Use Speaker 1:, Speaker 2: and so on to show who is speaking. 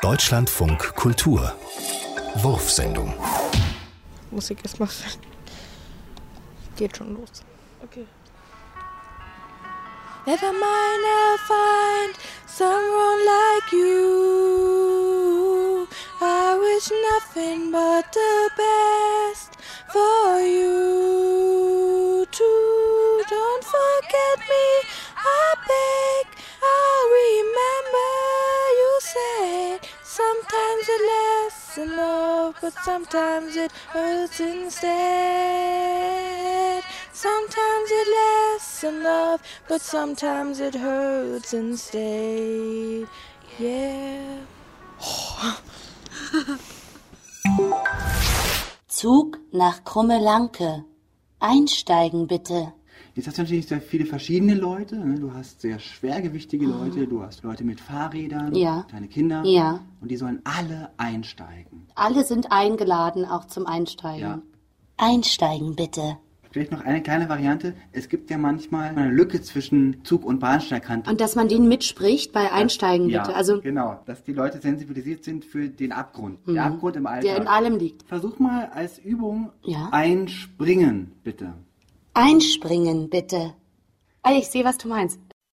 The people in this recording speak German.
Speaker 1: Deutschlandfunk Kultur. Wurfsendung.
Speaker 2: Musik ist mal sein. Geht schon los.
Speaker 3: Okay.
Speaker 2: Never mind, I'll find someone like you. I wish nothing but the best for you. Too. Don't forget me, I beg. I'll remember you said sometimes it lasts in love, but sometimes it hurts instead. Sometimes it lasts in love, but sometimes it hurts instead. Yeah.
Speaker 4: Zug nach Krummelanke. Einsteigen bitte.
Speaker 5: Jetzt hast du natürlich sehr viele verschiedene Leute. Ne? Du hast sehr schwergewichtige Leute, du hast Leute mit Fahrrädern,
Speaker 4: Ah. Ja.
Speaker 5: kleine Kinder.
Speaker 4: Ja.
Speaker 5: Und die sollen alle einsteigen.
Speaker 4: Alle sind eingeladen, auch zum Einsteigen.
Speaker 5: Ja.
Speaker 4: Einsteigen bitte.
Speaker 5: Vielleicht noch eine kleine Variante. Es gibt ja manchmal eine Lücke zwischen Zug- und Bahnsteigkante.
Speaker 4: Und dass man den mitspricht bei Einsteigen
Speaker 5: ja,
Speaker 4: bitte. Also hm. Mhm.
Speaker 5: genau, dass die Leute sensibilisiert sind für den Abgrund. Der Abgrund im Alltag.
Speaker 4: der in allem liegt.
Speaker 5: Versuch mal als Übung
Speaker 4: Ja.
Speaker 5: einspringen, bitte.
Speaker 4: Einspringen bitte. Ah, ich sehe, was du meinst.